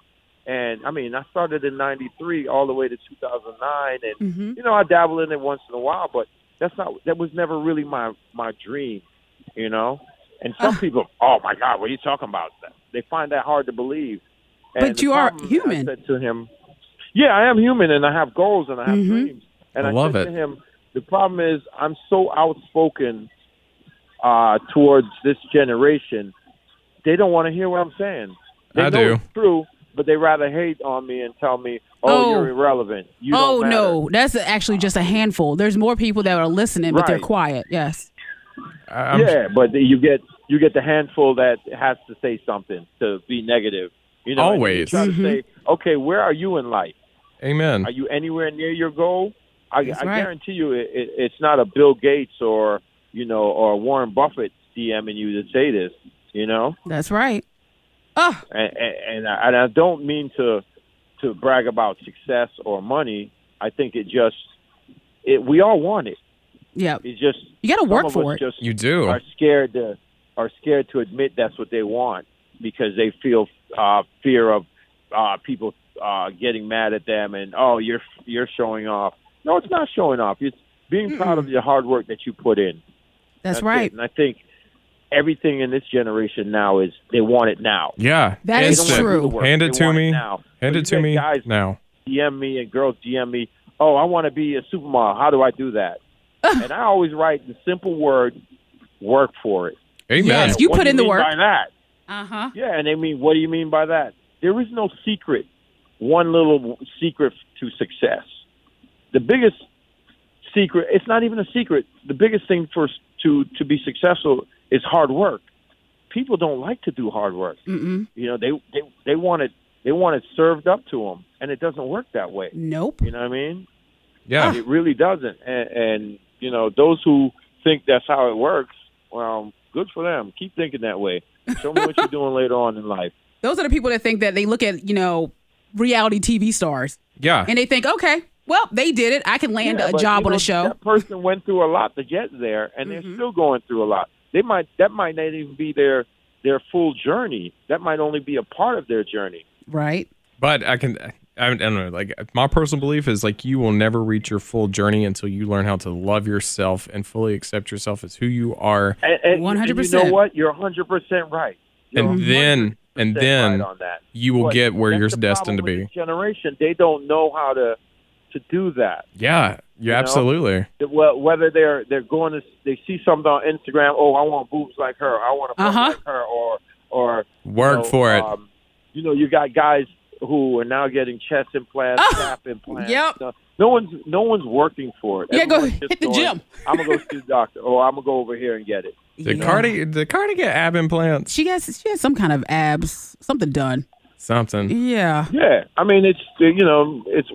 [SPEAKER 3] and I mean, I started in '93 all the way to 2009, and
[SPEAKER 4] Mm-hmm.
[SPEAKER 3] you know, I dabble in it once in a while, but that's not that was never really my my dream. You know, and
[SPEAKER 4] Ah.
[SPEAKER 3] some people, oh my God, what are you talking about? They find that hard to believe. And
[SPEAKER 4] But
[SPEAKER 3] the
[SPEAKER 4] you are
[SPEAKER 3] problem,
[SPEAKER 4] human.
[SPEAKER 3] I said to him, "Yeah, I am human, and I have goals, and I have
[SPEAKER 4] Mhm.
[SPEAKER 3] dreams." And
[SPEAKER 5] I
[SPEAKER 3] I,
[SPEAKER 5] love
[SPEAKER 3] said
[SPEAKER 5] it.
[SPEAKER 3] to him, "The problem is, I'm so outspoken uh, towards this generation. They don't want to hear what I'm saying. They
[SPEAKER 5] I
[SPEAKER 3] know
[SPEAKER 5] do.
[SPEAKER 3] it's true, but they rather hate on me and tell me,
[SPEAKER 4] Oh.
[SPEAKER 3] "Oh, you're irrelevant. You
[SPEAKER 4] Oh
[SPEAKER 3] don't matter."
[SPEAKER 4] no, that's actually just a handful. There's more people that are listening, but they're
[SPEAKER 3] Right.
[SPEAKER 4] quiet. Yes.
[SPEAKER 5] I'm-
[SPEAKER 3] yeah, but you get you get the handful that has to say something to be negative. You know, and
[SPEAKER 5] Always.
[SPEAKER 3] you try
[SPEAKER 4] Mm-hmm.
[SPEAKER 3] to say, okay, where are you in life?
[SPEAKER 5] Amen.
[SPEAKER 3] Are you anywhere near your goal? I,
[SPEAKER 4] That's
[SPEAKER 3] I
[SPEAKER 4] right.
[SPEAKER 3] guarantee you, it, it, it's not a Bill Gates or you know or Warren Buffett DMing you to say this. You know,
[SPEAKER 4] That's right. Oh,
[SPEAKER 3] and and, and, I, and I don't mean to to brag about success or money. I think it just it we all want it.
[SPEAKER 4] yeah.
[SPEAKER 3] It's just
[SPEAKER 4] You got to
[SPEAKER 3] some
[SPEAKER 4] work
[SPEAKER 3] of
[SPEAKER 4] for
[SPEAKER 3] us
[SPEAKER 4] it.
[SPEAKER 3] Just
[SPEAKER 5] You do.
[SPEAKER 3] are scared to are scared to admit that's what they want because they feel uh, fear of uh, people uh, getting mad at them and oh you're you're showing off. No, it's not showing off. It's being proud of the hard work that you put in.
[SPEAKER 4] That's
[SPEAKER 3] it.
[SPEAKER 4] right.
[SPEAKER 3] And I think everything in this generation now is they want it now.
[SPEAKER 5] Yeah.
[SPEAKER 4] That
[SPEAKER 3] They
[SPEAKER 4] is
[SPEAKER 3] don't wanna do
[SPEAKER 5] Instant.
[SPEAKER 4] true.
[SPEAKER 3] the work.
[SPEAKER 5] Hand it
[SPEAKER 3] They
[SPEAKER 5] to
[SPEAKER 3] want
[SPEAKER 5] me.
[SPEAKER 3] now.
[SPEAKER 5] Hand
[SPEAKER 3] So
[SPEAKER 5] it
[SPEAKER 3] you
[SPEAKER 5] to
[SPEAKER 3] get
[SPEAKER 5] me
[SPEAKER 3] Guys
[SPEAKER 5] now.
[SPEAKER 3] DM me and girls DM me, oh, I want to be a supermodel. How do I do that? and I always write the simple word, work for it.
[SPEAKER 5] Amen.
[SPEAKER 4] Yes, you
[SPEAKER 3] What
[SPEAKER 4] put
[SPEAKER 3] do
[SPEAKER 4] in the
[SPEAKER 3] mean
[SPEAKER 4] work.
[SPEAKER 3] By that,
[SPEAKER 4] Uh huh.
[SPEAKER 3] yeah, and they mean, what do you mean by that? There is no secret, one little secret to success. The biggest secret, it's not even a secret. The biggest thing for to to be successful is hard work. People don't like to do hard work.
[SPEAKER 4] Mm-mm.
[SPEAKER 3] You know, they they they want it they want it served up to them, and it doesn't work that way.
[SPEAKER 4] Nope.
[SPEAKER 3] You know what I mean?
[SPEAKER 5] Yeah.
[SPEAKER 3] It really doesn't. And, and you know, those who think that's how it works, well, good for them. Keep thinking that way. Show me what you're doing later on in life.
[SPEAKER 4] Those are the people that think that they look at you know reality TV stars
[SPEAKER 5] Yeah.
[SPEAKER 4] and they think, okay, well they did it. I can land
[SPEAKER 3] Yeah,
[SPEAKER 4] a
[SPEAKER 3] but,
[SPEAKER 4] job
[SPEAKER 3] you
[SPEAKER 4] on
[SPEAKER 3] know,
[SPEAKER 4] a show. Mm-hmm.
[SPEAKER 3] That person went through a lot to get there, and they're still going through a lot. They might that might not even be their their full journey. That might only be a part of their journey.
[SPEAKER 4] Right.
[SPEAKER 5] But I can. I, I don't know. Like my personal belief is like you will never reach your full journey until you learn how to love yourself and fully accept yourself as who you are,
[SPEAKER 3] And, and, and you
[SPEAKER 4] 100%.
[SPEAKER 3] know what? You're 100 percent right. You're
[SPEAKER 5] and then
[SPEAKER 3] 100%
[SPEAKER 5] and then
[SPEAKER 3] right on that.
[SPEAKER 5] you will
[SPEAKER 3] But
[SPEAKER 5] get where
[SPEAKER 3] that's
[SPEAKER 5] you're
[SPEAKER 3] the
[SPEAKER 5] destined to
[SPEAKER 3] problem with
[SPEAKER 5] be.
[SPEAKER 3] this Generation, they don't know how to to do that.
[SPEAKER 5] Yeah. You
[SPEAKER 3] You know?
[SPEAKER 5] absolutely.
[SPEAKER 3] that wh- whether they're they're going to they see something on Instagram. Oh, I want boobs like her. I want a butt
[SPEAKER 4] Uh-huh.
[SPEAKER 3] like her. Or or
[SPEAKER 5] Work
[SPEAKER 3] you know,
[SPEAKER 5] for it.
[SPEAKER 3] Um, you know, you got guys who are now getting chest implants, calf implants.
[SPEAKER 4] Oh, Yep.
[SPEAKER 3] No, no one's no one's working for it.
[SPEAKER 4] Yeah, go
[SPEAKER 3] Everyone's just
[SPEAKER 4] hit the
[SPEAKER 3] going,
[SPEAKER 4] gym.
[SPEAKER 3] I'm gonna go see the doctor. Oh, I'm gonna go over here and get it.
[SPEAKER 5] Did
[SPEAKER 4] Yeah.
[SPEAKER 5] Cardi? Did Cardi get ab implants?
[SPEAKER 4] She has she has some kind of abs, something done.
[SPEAKER 5] Something.
[SPEAKER 4] Yeah.
[SPEAKER 3] Yeah, I mean it's you know it's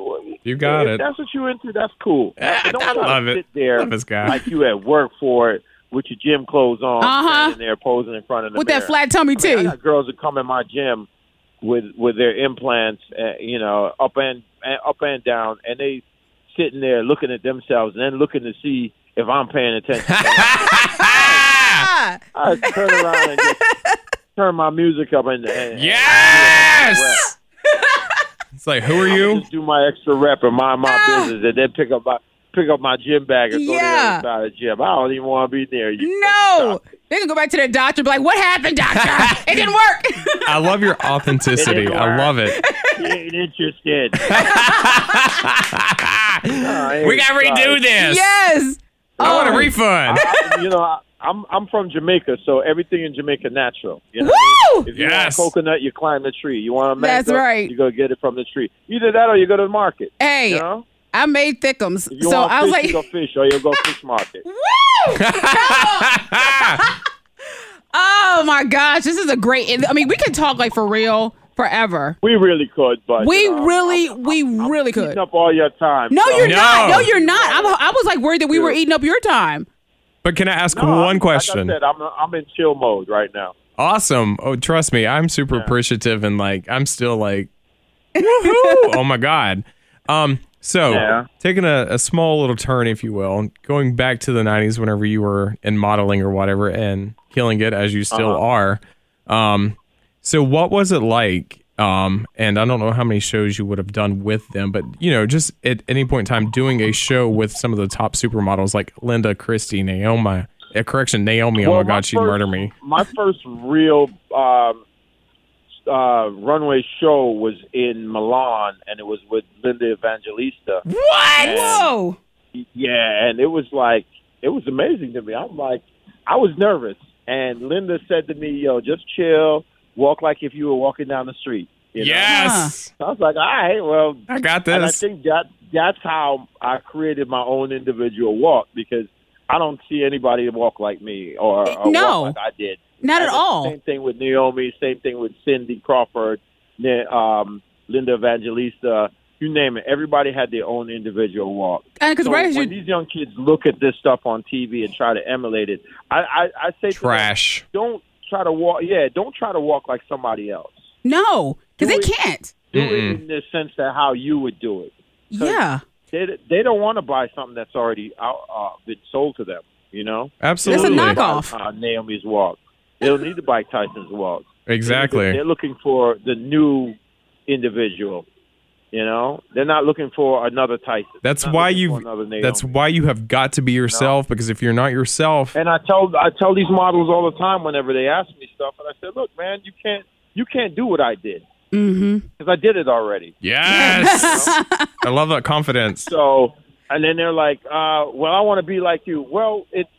[SPEAKER 5] You got
[SPEAKER 3] if
[SPEAKER 5] it.
[SPEAKER 3] That's what you're into. That's cool.
[SPEAKER 5] Ah,
[SPEAKER 3] But don't
[SPEAKER 5] I
[SPEAKER 3] try to
[SPEAKER 5] love it.
[SPEAKER 3] Sit there
[SPEAKER 5] Love this guy.
[SPEAKER 3] like you at work for it with your gym clothes on,
[SPEAKER 4] Uh-huh.
[SPEAKER 3] standing there posing in front of the
[SPEAKER 4] With
[SPEAKER 3] mirror.
[SPEAKER 4] that flat tummy
[SPEAKER 3] I mean, I
[SPEAKER 4] too.
[SPEAKER 3] got girls that come in my gym with with their implants, uh, you know, up and and- up and down, and they sitting there looking at themselves and then looking to see if I'm paying attention.
[SPEAKER 4] Ah,
[SPEAKER 3] I turn around and just turn my music up and, and
[SPEAKER 5] Yes. it's like, who are you? Ah!
[SPEAKER 3] just do my extra rep and mind my business, and then pick up my pick up my gym bag and go
[SPEAKER 4] Yeah.
[SPEAKER 3] to the other side of the gym. I don't even want to be near you.
[SPEAKER 4] no. They can go back to their doctor and be like, what happened, doctor? it didn't work.
[SPEAKER 5] I love your authenticity. I love it.
[SPEAKER 3] You ain't interested.
[SPEAKER 5] we gotta redo this.
[SPEAKER 4] yes.
[SPEAKER 5] I want a
[SPEAKER 4] Oh.
[SPEAKER 5] refund.
[SPEAKER 3] I- you know, I, I'm I'm from Jamaica, so everything in Jamaica natural. You know, what I mean?
[SPEAKER 4] Woo!
[SPEAKER 3] if you
[SPEAKER 5] Yes.
[SPEAKER 3] want a coconut, you climb the tree. You want a mango,
[SPEAKER 4] That's right.
[SPEAKER 3] You go get it from the tree. Either that, or you go to the market.
[SPEAKER 4] Hey,
[SPEAKER 3] you know,
[SPEAKER 4] I made thickums.
[SPEAKER 3] if you
[SPEAKER 4] So
[SPEAKER 3] want
[SPEAKER 4] I was
[SPEAKER 3] fish,
[SPEAKER 4] like,
[SPEAKER 3] you go fish, or you go fish market.
[SPEAKER 4] woo! Oh my gosh, this is a great. I mean, we could talk like for real forever.
[SPEAKER 3] We really could, but
[SPEAKER 4] We
[SPEAKER 3] you know, I'm-
[SPEAKER 4] really,
[SPEAKER 3] I'm-
[SPEAKER 4] we
[SPEAKER 3] I'm
[SPEAKER 4] really
[SPEAKER 3] eating
[SPEAKER 4] could.
[SPEAKER 3] Up all your time.
[SPEAKER 4] No,
[SPEAKER 3] so-
[SPEAKER 4] you're not.
[SPEAKER 5] No.
[SPEAKER 4] No, you're not. I'm, I was like worried that we were
[SPEAKER 3] Yeah.
[SPEAKER 4] eating up your time.
[SPEAKER 5] but can I ask
[SPEAKER 3] No, I'm-
[SPEAKER 5] one question?
[SPEAKER 3] Like I said, uh, I'm I'm in chill mode right now.
[SPEAKER 5] awesome. Oh, trust me, I'm super appreciative and like I'm still like Woohoo! oh my god. Um, so
[SPEAKER 6] Yeah.
[SPEAKER 5] taking a, a small little turn, if you will, and going back to the '90s, whenever you were in modeling or whatever, and killing it as you
[SPEAKER 3] Uh-huh.
[SPEAKER 5] still are. Um, so what was it like? Um, and I don't know how many shows you would have done with them, but you know, just at any point in time, doing a show with some of the top supermodels like Linda, Christie, Naomi. Uh, correction, Naomi. oh
[SPEAKER 3] Well,
[SPEAKER 5] my God, she'd
[SPEAKER 3] first-
[SPEAKER 5] murder me.
[SPEAKER 3] My first real um, uh, runway show was in Milan, and it was with Linda Evangelista.
[SPEAKER 4] Whoa.
[SPEAKER 3] Yeah, and it was like it was amazing to me. I'm like, I was nervous, and Linda said to me, "Yo, just chill, walk like if you were walking down the street." You know?
[SPEAKER 5] Yes,
[SPEAKER 3] So I was like, "All right, well,
[SPEAKER 5] I got
[SPEAKER 3] Uh-huh. and I
[SPEAKER 5] this.
[SPEAKER 3] think that that's how I created my own individual walk because I don't see anybody walk like me or, or
[SPEAKER 4] No.
[SPEAKER 3] walk like I did.
[SPEAKER 4] Not at
[SPEAKER 3] And it's the
[SPEAKER 4] all.
[SPEAKER 3] Same thing with Naomi. Same thing with Cindy Crawford, Ni- um, Linda Evangelista. You name it. Everybody had their own individual walk.
[SPEAKER 4] And because
[SPEAKER 3] So
[SPEAKER 4] Uh, right as
[SPEAKER 3] when
[SPEAKER 4] you,
[SPEAKER 3] these young kids look at this stuff on TV and try to emulate it, I, I, I say to them,
[SPEAKER 5] Trash.
[SPEAKER 3] don't try to walk. Yeah, don't try to walk like somebody else.
[SPEAKER 4] no, because they
[SPEAKER 3] Do it.
[SPEAKER 4] can't.
[SPEAKER 3] Do
[SPEAKER 5] Mm-mm.
[SPEAKER 3] it in the sense that how you would do it.
[SPEAKER 4] Yeah.
[SPEAKER 3] They they don't want to buy something that's already out, uh, been sold to them. You know,
[SPEAKER 4] It's a
[SPEAKER 5] Absolutely.
[SPEAKER 4] knockoff.
[SPEAKER 3] uh, Naomi's walk. They don't need to buy Tyson's walk.
[SPEAKER 5] Exactly.
[SPEAKER 3] They're looking for the new individual. You know, they're not looking for another Tyson.
[SPEAKER 5] That's
[SPEAKER 3] They're not
[SPEAKER 5] why
[SPEAKER 3] looking
[SPEAKER 5] you.
[SPEAKER 3] for another Naomi.
[SPEAKER 5] That's why you have got to be yourself because if you're not yourself,
[SPEAKER 3] And I tell I tell these models all the time whenever they ask me stuff, and I said, "Look, man, you can't you can't do what I did
[SPEAKER 4] Mm-hmm.
[SPEAKER 3] because I did it already."
[SPEAKER 5] yes, I love that confidence.
[SPEAKER 3] So, and then they're like, uh, "Well, I want to be like you." Well, it's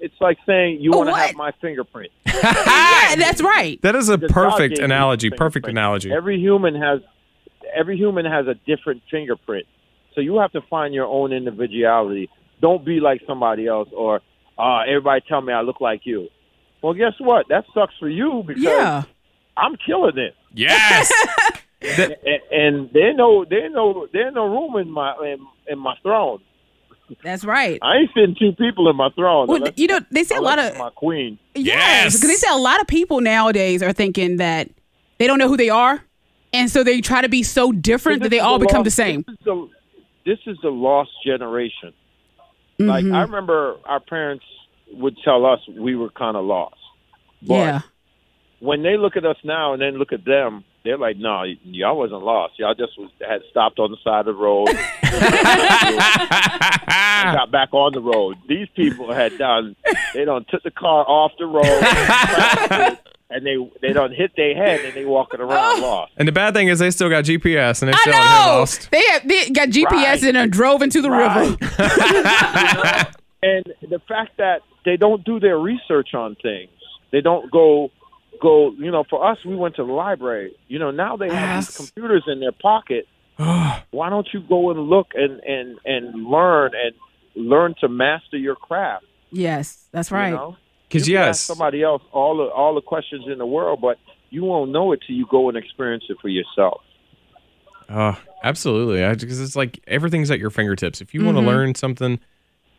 [SPEAKER 3] it's like saying you
[SPEAKER 4] Oh,
[SPEAKER 3] want to have
[SPEAKER 4] what?
[SPEAKER 3] my fingerprint.
[SPEAKER 4] Yeah, that's right.
[SPEAKER 5] That is a
[SPEAKER 3] Because God
[SPEAKER 5] perfect
[SPEAKER 3] gave me
[SPEAKER 5] analogy.
[SPEAKER 3] the
[SPEAKER 5] Perfect
[SPEAKER 3] fingerprint.
[SPEAKER 5] analogy.
[SPEAKER 3] Every human has every human has a different fingerprint. So you have to find your own individuality. Don't be like somebody else or uh, everybody tell me I look like you. Well, guess what? That sucks for you because
[SPEAKER 4] Yeah.
[SPEAKER 3] I'm killing it.
[SPEAKER 5] Yes.
[SPEAKER 3] and, and there ain't no there ain't no there ain't no room in my in, in my throne.
[SPEAKER 4] That's right.
[SPEAKER 3] I ain't sitting two people in my throne.
[SPEAKER 4] Well,
[SPEAKER 3] unless-
[SPEAKER 4] you know, they say a lot
[SPEAKER 3] unless
[SPEAKER 4] of
[SPEAKER 3] it's my queen.
[SPEAKER 5] Yes.
[SPEAKER 4] because they say a lot of people nowadays are thinking that they don't know who they are, and so they try to be so different that
[SPEAKER 3] This
[SPEAKER 4] they
[SPEAKER 3] is
[SPEAKER 4] all become
[SPEAKER 3] lost-
[SPEAKER 4] the same.
[SPEAKER 3] This is the, this is the lost generation. Like
[SPEAKER 4] Mm-hmm.
[SPEAKER 3] I remember, our parents would tell us we were kind of lost. But
[SPEAKER 4] Yeah,
[SPEAKER 3] When they look at us now and then look at them, they're like, "No, y- y'all wasn't lost. Y'all just was, had stopped on the side of the road, and got back on the road. These people had done. They done took the car off the road." And they they done hit their head and they walking around lost.
[SPEAKER 5] and the bad thing is they still got GPS and they
[SPEAKER 4] I
[SPEAKER 5] still ain't
[SPEAKER 4] know.
[SPEAKER 5] lost.
[SPEAKER 4] They, have, they got GPS
[SPEAKER 3] Right.
[SPEAKER 4] and then drove into the river.
[SPEAKER 3] and the fact that they don't do their research on things they don't go go you know for us we went to the library you know now they have
[SPEAKER 5] Yes.
[SPEAKER 3] these computers in their pocket why don't you go and look and and and learn and learn to master your craft
[SPEAKER 4] Yes, that's
[SPEAKER 3] you
[SPEAKER 4] right.
[SPEAKER 3] know
[SPEAKER 5] Because
[SPEAKER 3] You can ask
[SPEAKER 5] yes,
[SPEAKER 3] somebody else all the all the questions in the world but you won't know it till you go and experience it for yourself
[SPEAKER 5] Uh, absolutely. Because it's like everything's at your fingertips. If you
[SPEAKER 4] Mm-hmm.
[SPEAKER 5] want to learn something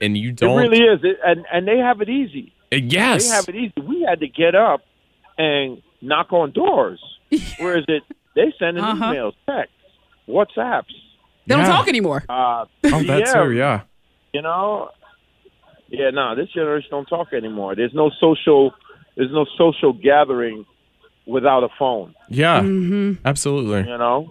[SPEAKER 5] and you
[SPEAKER 3] it
[SPEAKER 5] don't,
[SPEAKER 3] really is it, and and they have it easy
[SPEAKER 5] Uh, yes,
[SPEAKER 3] They have it easy. We had to get up and knock on doors. Whereas it, they sending
[SPEAKER 4] Uh-huh.
[SPEAKER 3] emails, texts, WhatsApps.
[SPEAKER 4] They don't
[SPEAKER 5] Yeah.
[SPEAKER 4] talk anymore.
[SPEAKER 3] Uh,
[SPEAKER 5] Oh, that
[SPEAKER 3] yeah,
[SPEAKER 5] too. Yeah.
[SPEAKER 3] You know, yeah. No, this generation don't talk anymore. There's no social. There's no social gathering without a phone.
[SPEAKER 5] Yeah.
[SPEAKER 4] Mm. Mm-hmm.
[SPEAKER 5] Absolutely.
[SPEAKER 3] You know,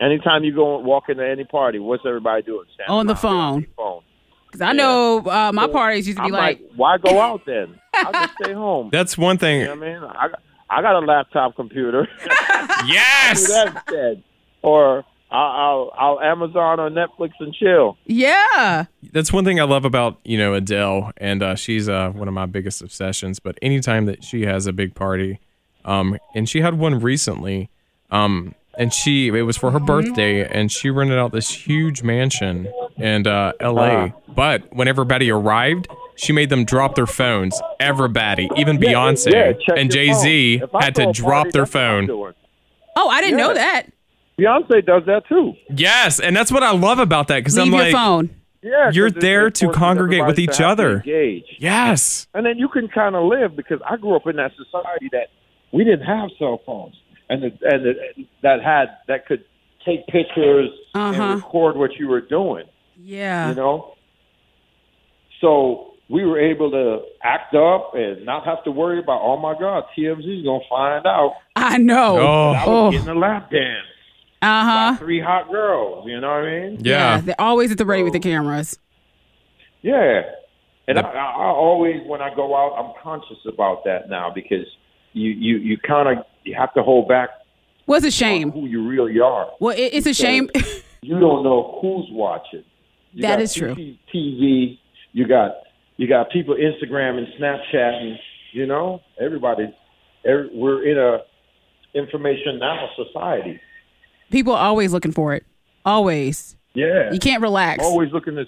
[SPEAKER 3] anytime you go and walk into any party, what's everybody doing? Standing
[SPEAKER 4] On the
[SPEAKER 3] around,
[SPEAKER 4] phone.
[SPEAKER 3] Phone.
[SPEAKER 4] 'Cause I know uh, my parties used to be
[SPEAKER 3] I'm
[SPEAKER 4] like,
[SPEAKER 3] like, why go out then? I'll just stay home.
[SPEAKER 5] That's one thing.
[SPEAKER 3] you know what I mean, I got- I got a laptop computer. do
[SPEAKER 5] Yes.
[SPEAKER 3] that instead, or I'll, I'll I'll Amazon or Netflix and chill.
[SPEAKER 4] yeah,
[SPEAKER 5] That's one thing I love about you know Adele, and uh, she's uh, one of my biggest obsessions. But anytime that she has a big party, um, and she had one recently, um, and she it was
[SPEAKER 3] Mm-hmm.
[SPEAKER 5] for her birthday, and she rented out this huge mansion in uh, L.A. But when everybody arrived, she made them drop their phones. Everybody, even Beyonce
[SPEAKER 3] Yeah, check
[SPEAKER 5] and
[SPEAKER 3] your
[SPEAKER 5] Jay Z,
[SPEAKER 3] phone. If I
[SPEAKER 5] had
[SPEAKER 3] throw
[SPEAKER 5] to
[SPEAKER 3] a
[SPEAKER 5] drop
[SPEAKER 3] party,
[SPEAKER 5] their
[SPEAKER 3] that's what I'm
[SPEAKER 5] phone.
[SPEAKER 3] doing.
[SPEAKER 4] oh, I didn't know
[SPEAKER 3] Yeah.
[SPEAKER 4] that.
[SPEAKER 3] Beyonce does that too.
[SPEAKER 5] Yes, and that's what I love about that because
[SPEAKER 4] Leave
[SPEAKER 5] I'm
[SPEAKER 4] your
[SPEAKER 5] like,
[SPEAKER 4] phone.
[SPEAKER 3] Yeah, 'cause
[SPEAKER 5] You're
[SPEAKER 3] it's
[SPEAKER 5] there to
[SPEAKER 3] important
[SPEAKER 5] congregate with
[SPEAKER 3] everybody
[SPEAKER 5] each
[SPEAKER 3] to have to
[SPEAKER 5] other.
[SPEAKER 3] engage.
[SPEAKER 5] yes,
[SPEAKER 3] and then you can kind of live because I grew up in that society that we didn't have cell phones and the, and the, that had that could take pictures
[SPEAKER 4] Uh-huh.
[SPEAKER 3] and record what you were doing.
[SPEAKER 4] Yeah.
[SPEAKER 3] you know. So we were able to act up and not have to worry about, oh my God, TMZ's gonna find out
[SPEAKER 4] I know.
[SPEAKER 5] Oh.
[SPEAKER 3] I
[SPEAKER 4] Oh.
[SPEAKER 3] was getting a lap dance
[SPEAKER 4] Uh huh.
[SPEAKER 3] by three hot girls. You know what I mean?
[SPEAKER 5] Yeah.
[SPEAKER 4] They're always at the ready with the cameras.
[SPEAKER 3] Yeah. And I, I I always, when I go out, I'm conscious about that now because you you you kind of you have to hold back
[SPEAKER 4] What's a
[SPEAKER 3] on
[SPEAKER 4] shame?
[SPEAKER 3] who you really are.
[SPEAKER 4] Well, it, it's a shame.
[SPEAKER 3] you don't know who's watching. You
[SPEAKER 4] That
[SPEAKER 3] got
[SPEAKER 4] is true.
[SPEAKER 3] TV, you got you got people Instagram and Snapchat, and you know everybody. Every, we're in a information now society.
[SPEAKER 4] People are always looking for it. Always.
[SPEAKER 3] Yeah,
[SPEAKER 4] You can't relax.
[SPEAKER 3] always looking to,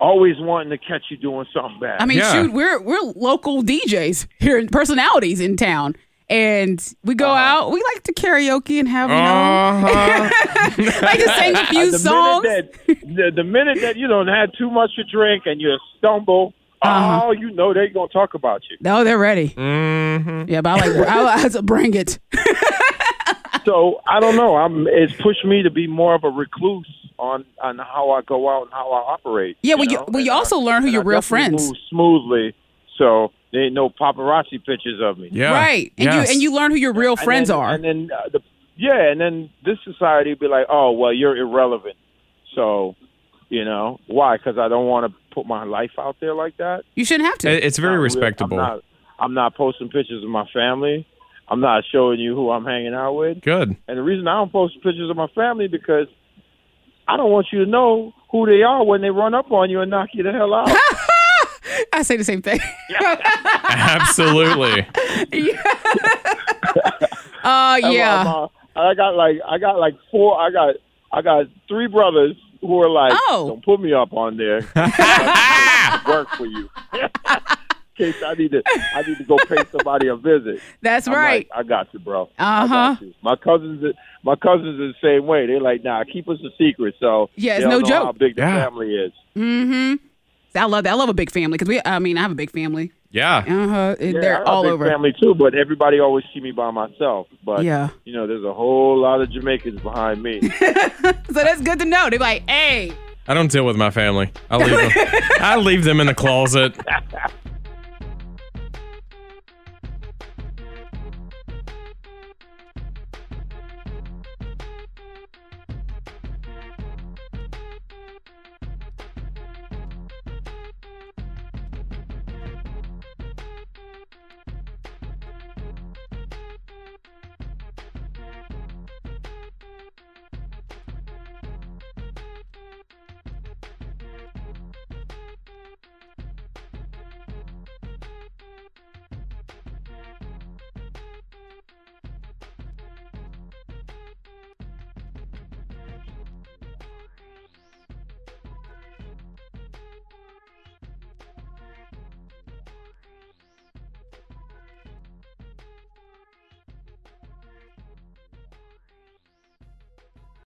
[SPEAKER 3] always wanting to catch you doing something bad.
[SPEAKER 4] I mean,
[SPEAKER 5] Yeah.
[SPEAKER 4] shoot, we're we're local DJs here, personalities in town, and we go
[SPEAKER 3] Uh-huh.
[SPEAKER 4] out. We like to karaoke and have you know,
[SPEAKER 5] Uh-huh.
[SPEAKER 4] like to sing a few
[SPEAKER 3] Uh, the
[SPEAKER 4] songs.
[SPEAKER 3] minute that the, the minute that you don't have too much to drink and you stumble,
[SPEAKER 4] Uh-huh.
[SPEAKER 3] oh, you know they're gonna talk about you.
[SPEAKER 4] No, Oh, they're ready.
[SPEAKER 5] Mhm.
[SPEAKER 4] Yeah, but I like I, I, bring it.
[SPEAKER 3] so I don't know. I'm it's pushed me to be more of a recluse on on how I go out and how I operate.
[SPEAKER 4] Yeah, well, you,
[SPEAKER 3] know?
[SPEAKER 4] well, you
[SPEAKER 3] And I-
[SPEAKER 4] also learn who
[SPEAKER 3] and
[SPEAKER 4] your
[SPEAKER 3] I
[SPEAKER 4] real
[SPEAKER 3] definitely
[SPEAKER 4] friends,
[SPEAKER 3] Move smoothly, so there ain't no paparazzi pictures of me.
[SPEAKER 5] Yeah.
[SPEAKER 4] right? And
[SPEAKER 5] Yes.
[SPEAKER 4] you and you learn who your real
[SPEAKER 3] And
[SPEAKER 4] friends
[SPEAKER 3] then-
[SPEAKER 4] are.
[SPEAKER 3] And then uh, the yeah, and then this society be like, oh well, you're irrelevant. So, you know why? Because I don't want to put my life out there like that.
[SPEAKER 4] you shouldn't have to.
[SPEAKER 5] It- It's very
[SPEAKER 3] I'm real-
[SPEAKER 5] respectable.
[SPEAKER 3] I'm not, I'm not posting pictures of my family. I'm not showing you who I'm hanging out with.
[SPEAKER 5] Good.
[SPEAKER 3] And the reason I don't post pictures of my family because I don't want you to know who they are when they run up on you and knock you the hell out.
[SPEAKER 4] I say the same thing.
[SPEAKER 5] Absolutely.
[SPEAKER 4] Uh,
[SPEAKER 3] I'm-
[SPEAKER 4] yeah.
[SPEAKER 3] I'm, uh, I got like I got like four. I got I got three brothers who are like,
[SPEAKER 4] Oh.
[SPEAKER 3] don't put me up on there. I can work for you. In case I need to I need to go pay somebody a visit.
[SPEAKER 4] That's
[SPEAKER 3] I'm
[SPEAKER 4] right.
[SPEAKER 3] like, I got you, bro. I
[SPEAKER 4] Uh-huh.
[SPEAKER 3] got you. My cousins, my cousins are the same way. They're like, nah, keep us a secret. So
[SPEAKER 4] Yeah, it's
[SPEAKER 3] they don't
[SPEAKER 4] no
[SPEAKER 3] know
[SPEAKER 4] joke.
[SPEAKER 3] How big the
[SPEAKER 5] Yeah.
[SPEAKER 3] family is.
[SPEAKER 4] Mm-hmm. I love that. I love a big family because we. I mean, I have a big family.
[SPEAKER 5] Yeah.
[SPEAKER 4] Uh huh.
[SPEAKER 3] Yeah, I have
[SPEAKER 4] They're
[SPEAKER 3] a
[SPEAKER 4] all
[SPEAKER 3] big
[SPEAKER 4] over.
[SPEAKER 3] family too, but everybody always see me by myself. But
[SPEAKER 4] Yeah.
[SPEAKER 3] you know, there's a whole lot of Jamaicans behind me.
[SPEAKER 4] So that's good to know. They're like, hey.
[SPEAKER 5] I don't deal with my family. I leave them. I leave them in the closet.